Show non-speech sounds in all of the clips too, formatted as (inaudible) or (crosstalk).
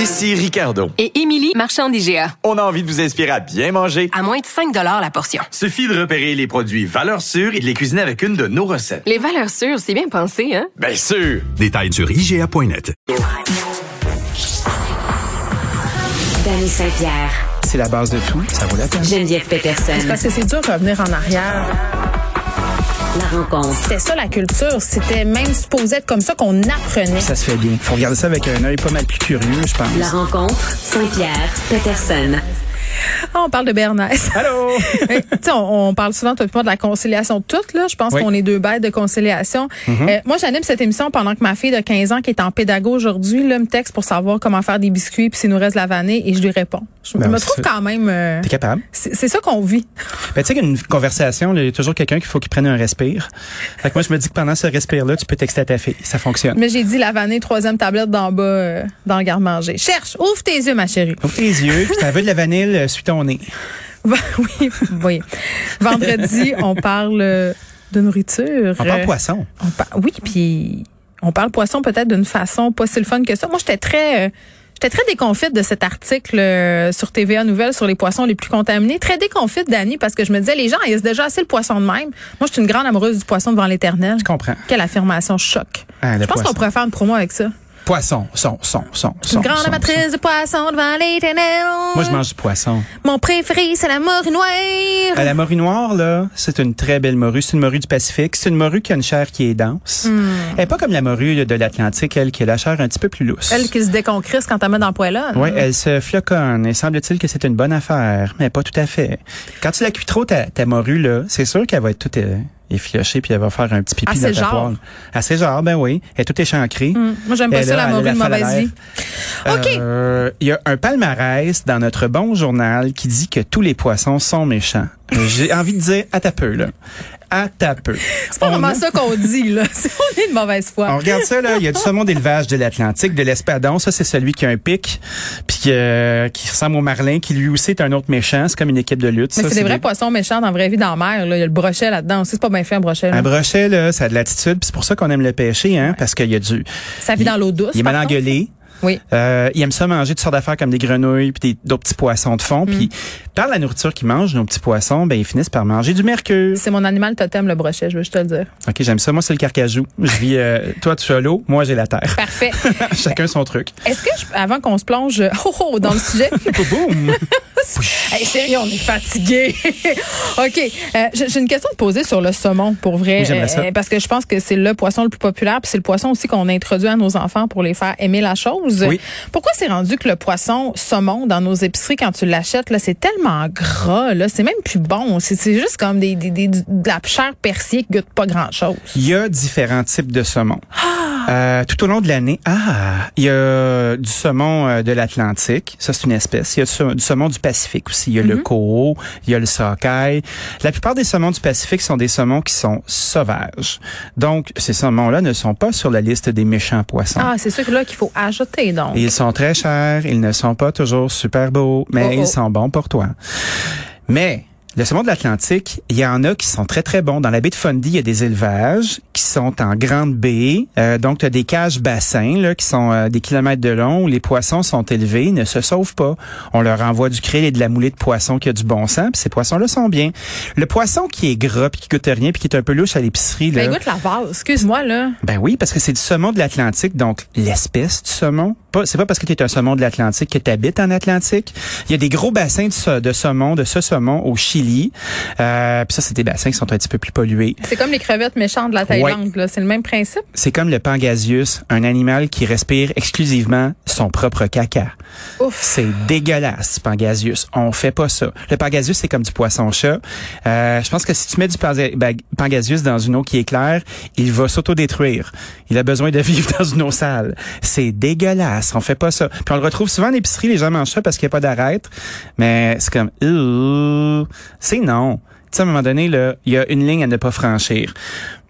Ici Ricardo. Et Émilie, marchand d'IGA. On a envie de vous inspirer à bien manger. À moins de 5 la portion. Suffit de repérer les produits valeurs sûres et de les cuisiner avec une de nos recettes. Les valeurs sûres, c'est bien pensé, hein? Bien sûr! Détails sur IGA.net. Dany Saint-Pierre, C'est la base de tout. Ça vaut la peine. Geneviève C'est Peterson. parce que c'est dur de revenir en arrière. La rencontre. C'était ça la culture. C'était même supposé être comme ça qu'on apprenait. Ça se fait bien. Faut regarder ça avec un œil pas mal plus curieux, je pense. La rencontre. Saint-Pierre, Peterson. Ah, on parle de Bernays. (laughs) Allô? Tu sais, on, on parle souvent toi et moi, de la conciliation de toutes. Là. Je pense Oui. Mm-hmm. qu'on est deux bêtes de conciliation. Euh, moi, j'anime cette émission pendant que ma fille de 15 ans, qui est en pédago aujourd'hui, là, me texte pour savoir comment faire des biscuits puis s'il nous reste de la vanille et je lui réponds. Je Ben, me c'est trouve ça. quand même... euh, T'es capable? c'est c'est ça qu'on vit. Ben, tu sais qu'une conversation, là, il y a toujours quelqu'un qu'il faut qu'il prenne un respire. Fait que moi, je me dis que pendant ce respire-là, tu peux texter à ta fille. Ça fonctionne. Mais j'ai dit la vanille, troisième tablette d'en bas euh, dans le garde-manger. Cherche, ouvre tes yeux, ma chérie. Ouvre tes yeux, puis t'as veux de la vanille, euh, suis ton nez. Ben (laughs) oui, oui. Vendredi, on parle euh, de nourriture. On parle Euh, poisson. on par- oui, puis on parle poisson peut-être d'une façon pas si le fun que ça. Moi, j'étais très... euh, J'étais très déconfite de cet article euh, sur TVA Nouvelle sur les poissons les plus contaminés. Très déconfite, Dani, parce que je me disais, les gens ils déjà assez le poisson de même. Moi, je suis une grande amoureuse du poisson devant l'éternel. Je comprends. Quelle affirmation choc. Ah, le je pense poisson. qu'on pourrait faire une promo avec ça. Poisson, son, son, son, Je suis son. une grande son, amatrice de poissons devant l'éternel. son. Moi, je mange du poisson. Mon préféré, c'est la morue noire. À la morue noire, là, c'est une très belle morue. C'est une morue du Pacifique. C'est une morue qui a une chair qui est dense. Hmm. Elle est pas comme la morue là, de l'Atlantique, elle, qui a la chair un petit peu plus lousse. Elle qui se déconcrisse quand t'as mets dans le poêlon. Oui, elle se floconne et semble-t-il que c'est une bonne affaire, mais pas tout à fait. Quand tu la cuis trop, ta, ta morue, là, c'est sûr qu'elle va être toute euh, effilochée puis elle va faire un petit pipi À dans ses ta genres. poêle. À ses genres, ben oui. Elle est toute échancrée. Moi, Mm. j'aime pas Et ça, là, la elle a morue de falaise. mauvaise vie. OK. Euh, Il y a un palmarès dans notre bon journal qui dit que tous les poissons sont méchants. J'ai envie de dire à ta peu, là. À ta peu. (laughs) C'est pas On vraiment a- ça qu'on dit, là. (laughs) C'est on est de mauvaise foi. Ah, On regarde ça, là. Il y a du saumon d'élevage de l'Atlantique, de l'espadon. Ça, c'est celui qui a un pic, puis euh, qui ressemble au marlin, qui lui aussi est un autre méchant. C'est comme une équipe de lutte. Mais Ça, c'est des vrais poissons méchants dans la vraie vie, dans la mer. Là. Il y a le brochet là-dedans aussi. C'est pas bien fait, un brochet. là. Un brochet, là, ça a de l'attitude, puis c'est pour ça qu'on aime le pêcher, hein, parce qu'il y a du. Ça vit il- dans l'eau douce, Il est par mal contre. engueulé. Oui. Euh, il aime ça manger toutes sortes d'affaires comme des grenouilles puis des- d'autres petits poissons de fond. Puis Mm. par la nourriture qu'ils mangent, nos petits poissons, ben ils finissent par manger du mercure. C'est mon animal totem, le brochet, je veux juste te le dire. Ok, j'aime ça. Moi, c'est le carcajou. Je vis. euh, toi, tu as l'eau. Moi, j'ai la terre. (laughs) Parfait. Chacun son truc. Est-ce que, je- avant qu'on se plonge (laughs) euh, oh, oh, dans le sujet, Boum. hey, sérieux, on est fatigué. (laughs) OK. euh, J'ai j'ai une question à te poser sur le saumon, pour vrai. euh, Oui, j'aimerais ça. parce que je pense que c'est le poisson le plus populaire, puis c'est le poisson aussi qu'on introduit à nos enfants pour les faire aimer la chose. Oui. Pourquoi c'est rendu que le poisson saumon dans nos épiceries, quand tu l'achètes, là, c'est tellement gras, là, c'est même plus bon. C'est- C'est juste comme des, des, des- du- de la chair persillée qui goûte pas grand-chose. Il y a différents types de saumon. Euh, tout au long de l'année, ah, il y a du saumon euh, de l'Atlantique, ça c'est une espèce. Il y a du sa- du saumon du Pacifique aussi. Il y a le coho, il y a le sockeye. La plupart des saumons du Pacifique sont des saumons qui sont sauvages. Donc, ces saumons-là ne sont pas sur la liste des méchants poissons. Ah, c'est sûr que là qu'il faut ajouter, donc. Et Ils sont très chers, ils ne sont pas toujours super beaux, mais Oh, oh. ils sont bons pour toi. Mais le saumon de l'Atlantique, il y en a qui sont très très bons. Dans la baie de Fundy, il y a des élevages qui sont en grande baie. Euh, donc, tu as des cages bassins là, qui sont euh, des kilomètres de long. où Les poissons sont élevés, ils ne se sauvent pas. On leur envoie du krill et de la moulée de poisson qui a du bon sang. Puis ces poissons-là sont bien. Le poisson qui est gras, puis qui goûte rien, puis qui est un peu louche à l'épicerie, là. Ben, goûte la vase, excuse-moi, là. Ben oui, parce que c'est du saumon de l'Atlantique, donc l'espèce du saumon. Pas, c'est pas parce que tu es un saumon de l'Atlantique que tu habites en Atlantique. Il y a des gros bassins de, sa- de saumon, de ce saumon au Chili. Euh, Puis ça, c'est des bassins qui sont un petit peu plus pollués. C'est comme les crevettes méchantes de la Thaïlande, là. C'est le même principe. C'est comme le pangasius, un animal qui respire exclusivement son propre caca. Ouf. C'est dégueulasse, du pangasius. On fait pas ça. Le pangasius, c'est comme du poisson-chat. Euh, je pense que si tu mets du panga- bag- pangasius dans une eau qui est (laughs) claire, il va s'autodétruire. Il a besoin de vivre dans une eau sale. C'est dégueulasse. dégueulasse. On fait pas ça. Puis on le retrouve souvent en épicerie, les gens mangent ça parce qu'il n'y a pas d'arête. Mais c'est comme, Ouh, c'est non. Tu sais, à un moment donné, là, il y a une ligne à ne pas franchir.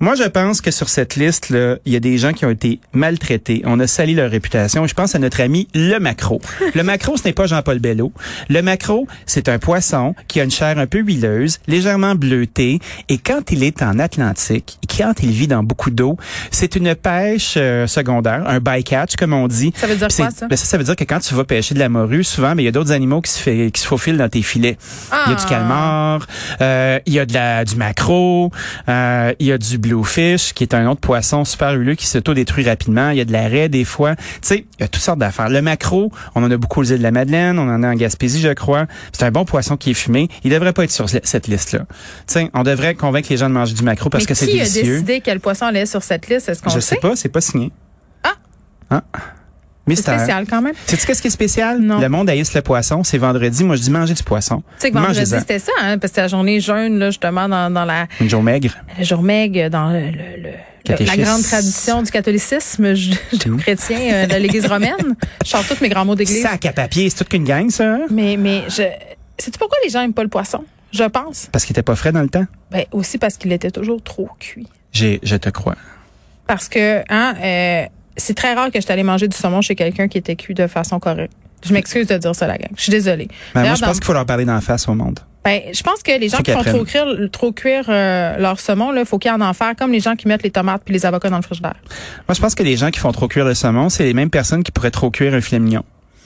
Moi, je pense que sur cette liste, là, il y a des gens qui ont été maltraités. On a sali leur réputation. Je pense à notre ami le macro. Le macro, ce n'est pas Jean-Paul Bello. Le macro, c'est un poisson qui a une chair un peu huileuse, légèrement bleutée. Et quand il est en Atlantique, et quand il vit dans beaucoup d'eau, c'est une pêche euh, secondaire, un bycatch, comme on dit. Ça veut dire Puis c'est- quoi, ça? ben, ça, ça veut dire que quand tu vas pêcher de la morue, souvent, mais il y a d'autres animaux qui se, fait, qui se faufilent dans tes filets. Il y a du Ah. calmar, euh, il y a de la, du maquereau, euh, il y a du bluefish, qui est un autre poisson super huileux qui s'auto-détruit rapidement. Il y a de la raie des fois. Tu sais, il y a toutes sortes d'affaires. Le maquereau, on en a beaucoup aux îles de la Madeleine, on en a en Gaspésie, je crois. C'est un bon poisson qui est fumé. Il devrait pas être sur ce- cette liste-là. Tu sais, on devrait convaincre les gens de manger du maquereau parce Mais que c'est qui a délicieux. décidé quel poisson allait sur cette liste? Est-ce qu'on Je le sais sait? pas, c'est pas signé. Ah! Ah! C'est Mystère. spécial quand même. Sais-tu qu'est-ce qui est spécial? Non. Le monde haïsse le poisson. C'est vendredi. Moi, je dis manger du poisson. Tu sais que vendredi, Mangez-en. c'était ça, hein, parce que c'était la journée jeune, là, justement, dans, dans la, Une journée maigre. la jour maigre, dans le, le- le- la Catéchisme. grande tradition du catholicisme judéo-chrétien euh, de l'Église romaine. Je chante tous mes grands mots d'Église. Sac à papier. C'est toute qu'une gang, ça. hein? Mais, mais je. Sais-tu pourquoi les gens aiment pas le poisson? Je pense. Parce qu'il était pas frais dans le temps. Ben, aussi parce qu'il était toujours trop cuit. J'ai, je te crois. Parce que, hein, euh, c'est très rare que je t'allais manger du saumon chez quelqu'un qui était cuit de façon correcte. Je m'excuse de dire ça, la gang. Je suis désolée. Mais Ben, moi, D'ailleurs, je pense dans- qu'il faut leur parler d'en face au monde. Ben, je pense que les gens Faut qui qu'ils font trop apprennent. cuire, trop cuire euh, leur saumon, là, faut qu'ils en en faire comme les gens qui mettent les tomates puis les avocats dans le frigidaire. Moi, je pense que les gens qui font trop cuire le saumon, c'est les mêmes personnes qui pourraient trop cuire un (laughs) filet mignon.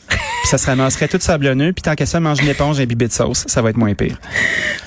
puis ça se ramasserait tout sablonneux, puis tant qu'à ça, mange une éponge et un bibit de sauce. Ça va être moins pire.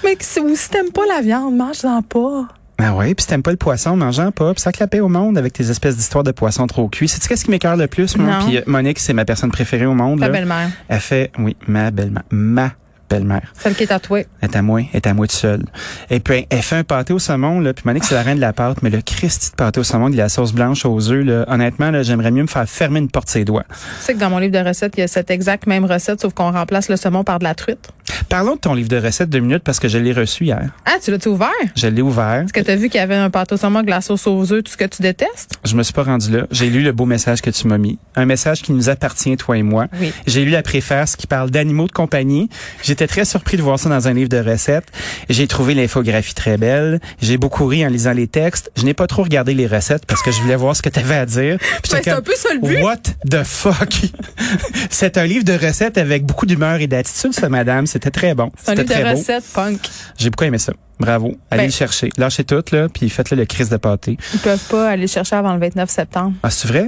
Mais que si- ou si t'aimes pas la viande, mange-en pas. Ben ouais, puis si t'aimes pas le poisson, mangeant pas, puis ça clapait au monde avec tes espèces d'histoires de poissons trop cuits. Sais-tu qu'est-ce qui m'écœure le plus, moi? Non. Puis euh, Monique, c'est ma personne préférée au monde. Ta là. belle-mère, Elle fait, oui, ma belle-mère. Ma belle-mère. celle qui est tatouée. Elle est à moi, elle est à moi toute seule. Et puis, elle fait un pâté au saumon, là. Puis, Monique, c'est la reine de la pâte. Mais le Christi de pâté au saumon, de la sauce blanche aux œufs, là. Honnêtement, là, j'aimerais mieux me faire fermer une porte ses doigts. Tu sais que dans mon livre de recettes, il y a cette exacte même recette, sauf qu'on remplace le saumon par de la truite. Parlons de ton livre de recettes deux minutes parce que je l'ai reçu hier. Ah, tu l'as-tu ouvert? Je l'ai ouvert. Est-ce que t'as vu qu'il y avait un pâte au saumon, avec de la sauce aux œufs, tout ce que tu détestes? Je me suis pas rendu là. J'ai lu le beau message que tu m'as mis. Un message qui nous appartient, toi et moi. Oui. J'ai lu la préface qui parle d'animaux de compagnie. J'étais très surpris de voir ça dans un livre de recettes. J'ai trouvé l'infographie très belle. J'ai beaucoup ri en lisant les textes. Je n'ai pas trop regardé les recettes parce que je voulais voir ce que tu avais à dire. Puis Ben, j'étais c'est comme, un peu ça le but. What the fuck? (laughs) C'est un livre de recettes avec beaucoup d'humeur et d'attitude, ça, madame. C'était très bon. C'est un C'était livre très de beau. recettes punk. J'ai beaucoup aimé ça. Bravo. Allez Ben- le chercher. Lâchez tout, là, puis faites-le le crise de pâté. Ils peuvent pas aller le chercher avant le 29 septembre. Ah, c'est vrai?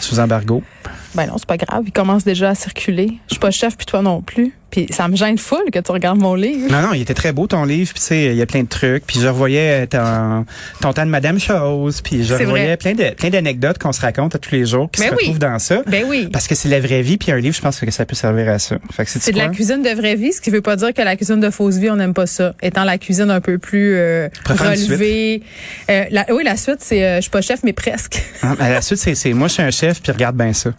Sous embargo. Ben non, c'est pas grave. Ils commencent déjà à circuler. Je suis pas chef, puis toi non plus. Puis ça me gêne full que tu regardes mon livre. Non, non, il était très beau ton livre, puis tu sais, il y a plein de trucs, puis je revoyais ton, ton temps de Madame Chose, puis je C'est vrai. revoyais plein de plein d'anecdotes qu'on se raconte à tous les jours qui Ben se oui. retrouvent dans ça. Ben oui. Parce que c'est la vraie vie, puis un livre, je pense que ça peut servir à ça. Fait que C'est de la cuisine de vraie vie, ce qui veut pas dire que la cuisine de fausse vie, on n'aime pas ça. Étant la cuisine un peu plus euh, préfères une suite? relevée. Euh, la- oui, la suite, c'est euh, je suis pas chef, mais presque. (laughs) Ah, À la suite, c'est- c'est moi, je suis un chef, puis regarde bien ça.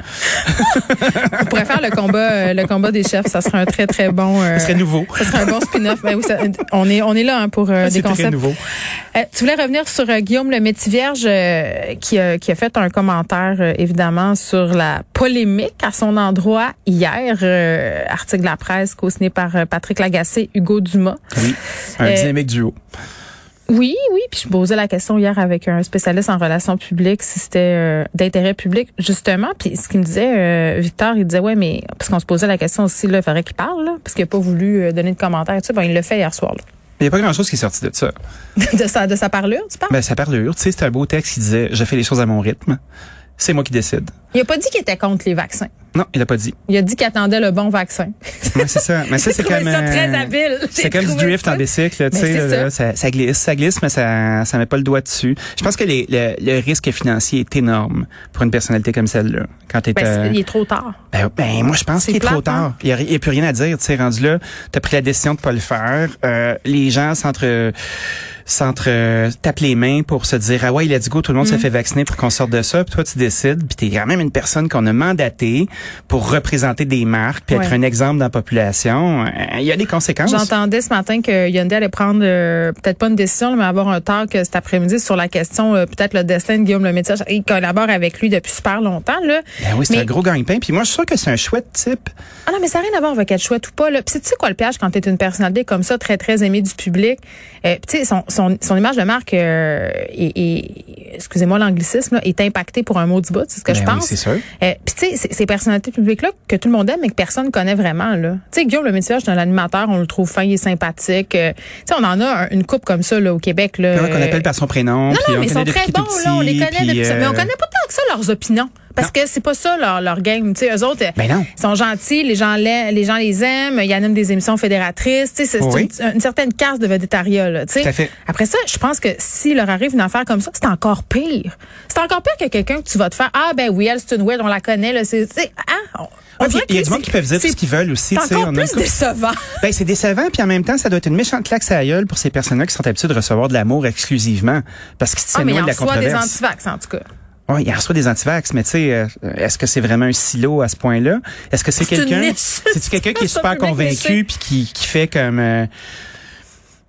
On pourrait faire le combat, euh, le combat des chefs. Ça serait un très, très bon. euh, Ce (laughs) serait nouveau. ça serait un bon spin-off. Ben oui, ça- on est, on est là hein, pour euh, des C'est très concepts. nouveau. Euh, tu voulais revenir sur euh, Guillaume le Métis Vierge euh, qui, a- qui a fait un commentaire euh, évidemment sur la polémique à son endroit hier. euh, article de la presse co-signé par euh, Patrick Lagacé, Hugo Dumas. Oui. Un Euh, dynamique duo. Oui, oui. Puis je posais la question hier avec un spécialiste en relations publiques si c'était euh, d'intérêt public justement. Puis ce qu'il me disait, euh, Victor, il disait ouais, mais parce qu'on se posait la question aussi là, il faudrait qu'il parle là, parce qu'il n'a pas voulu euh, donner de commentaire. et tout ça. ben il le fait hier soir là. (laughs) Il n'y a pas grand-chose qui est sorti de ça. de sa de sa parlure, tu parles. Ben, ça parlure. Tu sais, c'est un beau texte qui disait « Je fais les choses à mon rythme. C'est moi qui décide. Il a pas dit qu'il était contre les vaccins. » Non, il a pas dit. Il a dit qu'il attendait le bon vaccin. Ouais, c'est ça. Mais (laughs) ça, J'ai c'est trouvé comme. ça euh, très habile. J'ai C'est comme du trouvé drift ça. en bicycle, là, tu Mais sais, c'est là, là, ça, ça glisse, ça glisse, mais ça, ça met pas le doigt dessus. Je pense que les- le, le risque financier est énorme pour une personnalité comme celle-là. Quand t'es, Ben, c'est- euh, il est trop tard. ben, ben, moi, je pense C'est qu'il est trop plate, hein? tard. Il n'y a, plus rien à dire. Tu sais, rendu là, t'as pris la décision de pas le faire. Euh, les gens s'entre s'entre euh, tapent les mains pour se dire ah ouais, let's go, tout le monde Mm. s'est fait vacciner pour qu'on sorte de ça. Puis toi tu décides, puis t'es quand même une personne qu'on a mandatée pour représenter des marques, puis Ouais. être un exemple dans la population. Euh, Il y a des conséquences. J'entendais ce matin que Hyundai allait prendre euh, peut-être pas une décision, là, mais avoir un talk euh, cet après-midi sur la question euh, peut-être le destin de Guillaume Lemaitre. Il collabore avec lui depuis super longtemps. Là. Ben oui, c'est Mais- un gros gagne-pain. Puis moi, je suis sûr que c'est un chouette type. Ah non, mais ça n'a rien à voir avec être chouette ou pas. Là. Puis c'est- tu sais quoi le piège quand t'es une personnalité comme ça, très, très aimée du public? Euh, puis tu sais, son, son, son image de marque euh, est, est- excusez-moi l'anglicisme, là, est impactée pour un mot du bout, c'est ce que je Ben oui, pense. c'est sûr. Euh, puis tu sais, ces- ces personnalités publiques-là que tout le monde aime, mais que personne connaît vraiment. là. Tu sais, Guillaume Le Métier, c'est un animateur, on le trouve fin, il est sympathique. Euh, tu sais, on en a un- une coupe comme ça là, au Québec. Là, Qu'on appelle par son prénom. Euh, non, puis non, on mais ils connaît sont depuis très qu'il bons, est tout là, on les petit, connaît puis, depuis ça. Mais on euh, connaît pas tant que ça leurs opinions. Parce que c'est pas ça leur, leur game. Tu sais, eux autres, Ben non. ils sont gentils, les gens, l'a- les gens les aiment, ils animent des émissions fédératrices. Tu sais, c'est c'est Oui. une, une certaine casse de végétariat. Là, tu sais. Tout à fait. Après ça, je pense que s'il leur arrive une affaire comme ça, c'est encore pire. C'est encore pire que quelqu'un que tu vas te faire Ah, ben oui, elle, c'est une weird, on la connaît. Là, c'est, tu sais, hein? On- on Ouais, puis dirait il y a que du monde c'est- qui peuvent dire tout c'est- ce qu'ils veulent aussi, C'est tu sais, encore on a plus une couple- décevant. Ben, c'est décevant, puis en même temps, ça doit être une méchante claque à la gueule pour ces personnes-là qui sont habituées de recevoir de l'amour exclusivement, parce qu'ils se Ah, tiennent mais il loin en de la reçoit des controverse. antivax, en tout cas. Oui, il en reçoit des antivax, mais tu sais, euh, est-ce que c'est vraiment un silo à ce point-là? Est-ce que c'est C'est une quelqu'un... niche. C'est-tu (laughs) quelqu'un qui est C'est un super public niché. convaincu, puis qui, qui fait comme... euh,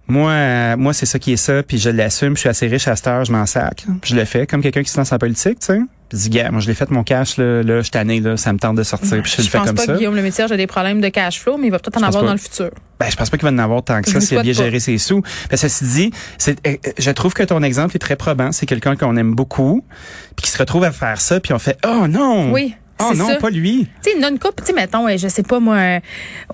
moi, euh, moi c'est ça qui est ça, puis je l'assume, je suis assez riche à cette heure, je m'en sac. Je le fais, comme quelqu'un qui se lance en politique, tu sais. Puis dit, gars, moi, je l'ai fait mon cash, là, là je suis tanné, là, ça me tente de sortir, puis je, Je le fais pense comme pas ça. que Guillaume Lemaitre a des problèmes de cash flow, mais il va peut-être en pense avoir pas. dans le futur. Ben, je pense pas qu'il va en avoir tant que Je ça vous s'il a bien souhaite pas. géré ses sous. Ben, ceci dit, c'est, euh, euh, je trouve que ton exemple est très probant. C'est quelqu'un qu'on aime beaucoup, puis qui se retrouve à faire ça, puis on fait oh non, Oui, oh c'est non, ça. pas lui. Tu sais, il y en a une coupe, tu sais, mettons, euh, je sais pas moi, euh,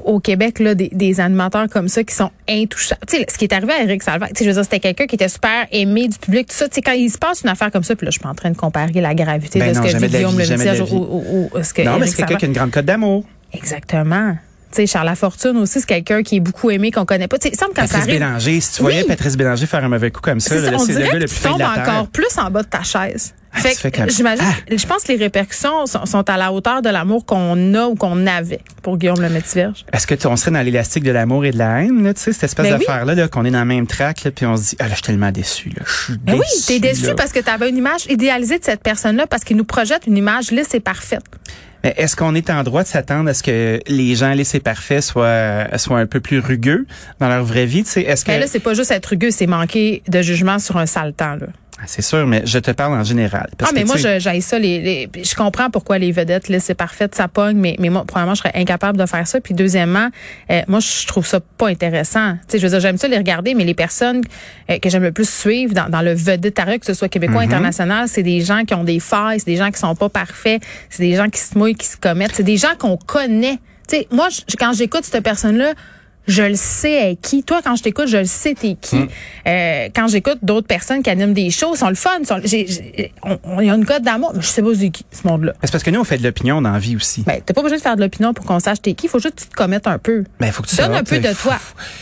au Québec, là, des, des animateurs comme ça qui sont intouchables. Tu sais, ce qui est arrivé à Eric Salvac, tu sais, je veux dire, c'était quelqu'un qui était super aimé du public, tout ça. Tu sais, quand il se passe une affaire comme ça, puis là, je suis pas en train de comparer la gravité Ben de ce non, que jamais dit de la Guillaume vie, Le jamais de la Métier vie. ou, ou- ou- ce que non, mais Éric c'est quelqu'un Salvaille- qui a une grande cote d'amour. Exactement. Tu sais, Charles Lafortune aussi, c'est quelqu'un qui est beaucoup aimé, qu'on connaît pas. Tu sais, il semble quand Ah, ça Patrice arrive. Bélanger, si tu voyais Oui. Patrice Bélanger faire un mauvais coup comme ça, C'est ça, là, on c'est le dirait gars que le tu plus fin de tombes la terre. encore plus en bas de ta chaise. Ah, Fait tu fais que, comme- j'imagine, Ah! je pense que les répercussions sont, sont à la hauteur de l'amour qu'on a ou qu'on avait pour Guillaume le Métis-Vierge. Est-ce que tu- on serait dans l'élastique de l'amour et de la haine, là, tu sais, cette espèce Ben oui. d'affaire-là, là, qu'on est dans le même track, là, puis on se dit, ah là, je suis tellement déçu, là, je suis Ben déçu. oui, t'es déçu là. parce que t'avais une image idéalisée de cette personne-là parce qu'il nous projette une image lisse et parfaite. Mais est-ce qu'on est en droit de s'attendre à ce que les gens laissés parfaits soient soient un peu plus rugueux dans leur vraie vie Tu sais, Est-ce que Mais Ben là, c'est pas juste être rugueux, c'est manquer de jugement sur un sale temps, là. Ah, c'est sûr, mais je te parle en général. parce ah, mais que, moi, tu sais, je- j'haïs ça. Les, les- puis je comprends pourquoi les vedettes, là, c'est parfait, ça pogne, mais, mais moi, probablement, je serais incapable de faire ça. Puis deuxièmement, euh, moi, je trouve ça pas intéressant. Tu sais, je veux dire, j'aime ça les regarder, mais les personnes euh, que j'aime le plus suivre dans, dans le vedettariat, que ce soit québécois, Mm-hmm. international, c'est des gens qui ont des failles, c'est des gens qui sont pas parfaits, c'est des gens qui se mouillent, qui se commettent, c'est des gens qu'on connaît. Tu sais, moi, je- quand j'écoute cette personne-là, je le sais à qui. Toi, quand je t'écoute, je le sais t'es qui. Hmm. Euh, quand j'écoute d'autres personnes qui animent des shows, sont le fun. Sont, j'ai, j'ai- on, on y a une cote d'amour, mais je sais pas c'est qui, ce monde-là. c'est parce que nous, on fait de l'opinion dans la vie aussi. Ben, t'es pas obligé de faire de l'opinion pour qu'on sache t'es qui. Faut juste que tu te commettes un peu. Ben, faut que tu Donne sortes, un peu tu sais, de faut- toi.